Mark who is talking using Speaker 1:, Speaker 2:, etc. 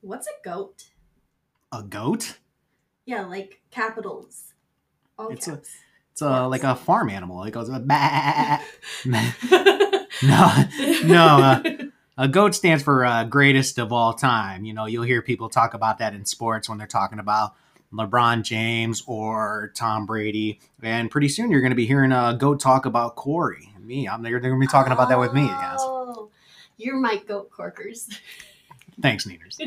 Speaker 1: What's a goat?
Speaker 2: A goat?
Speaker 1: Yeah, like capitals. All
Speaker 2: It's a-
Speaker 1: caps.
Speaker 2: It's a,
Speaker 1: Yes.
Speaker 2: like a farm animal. It goes bah. no,
Speaker 1: no.
Speaker 2: no. Uh, a goat stands for uh, greatest of all time. You know, you'll hear people talk about that in sports when they're talking about LeBron James or Tom Brady, and pretty soon you're going to be hearing a goat talk about Corey. and Me, I'm they're, they're going to be talking about that with me. Yes.
Speaker 1: Oh, you're my goat corkers.
Speaker 2: Thanks, Neaters.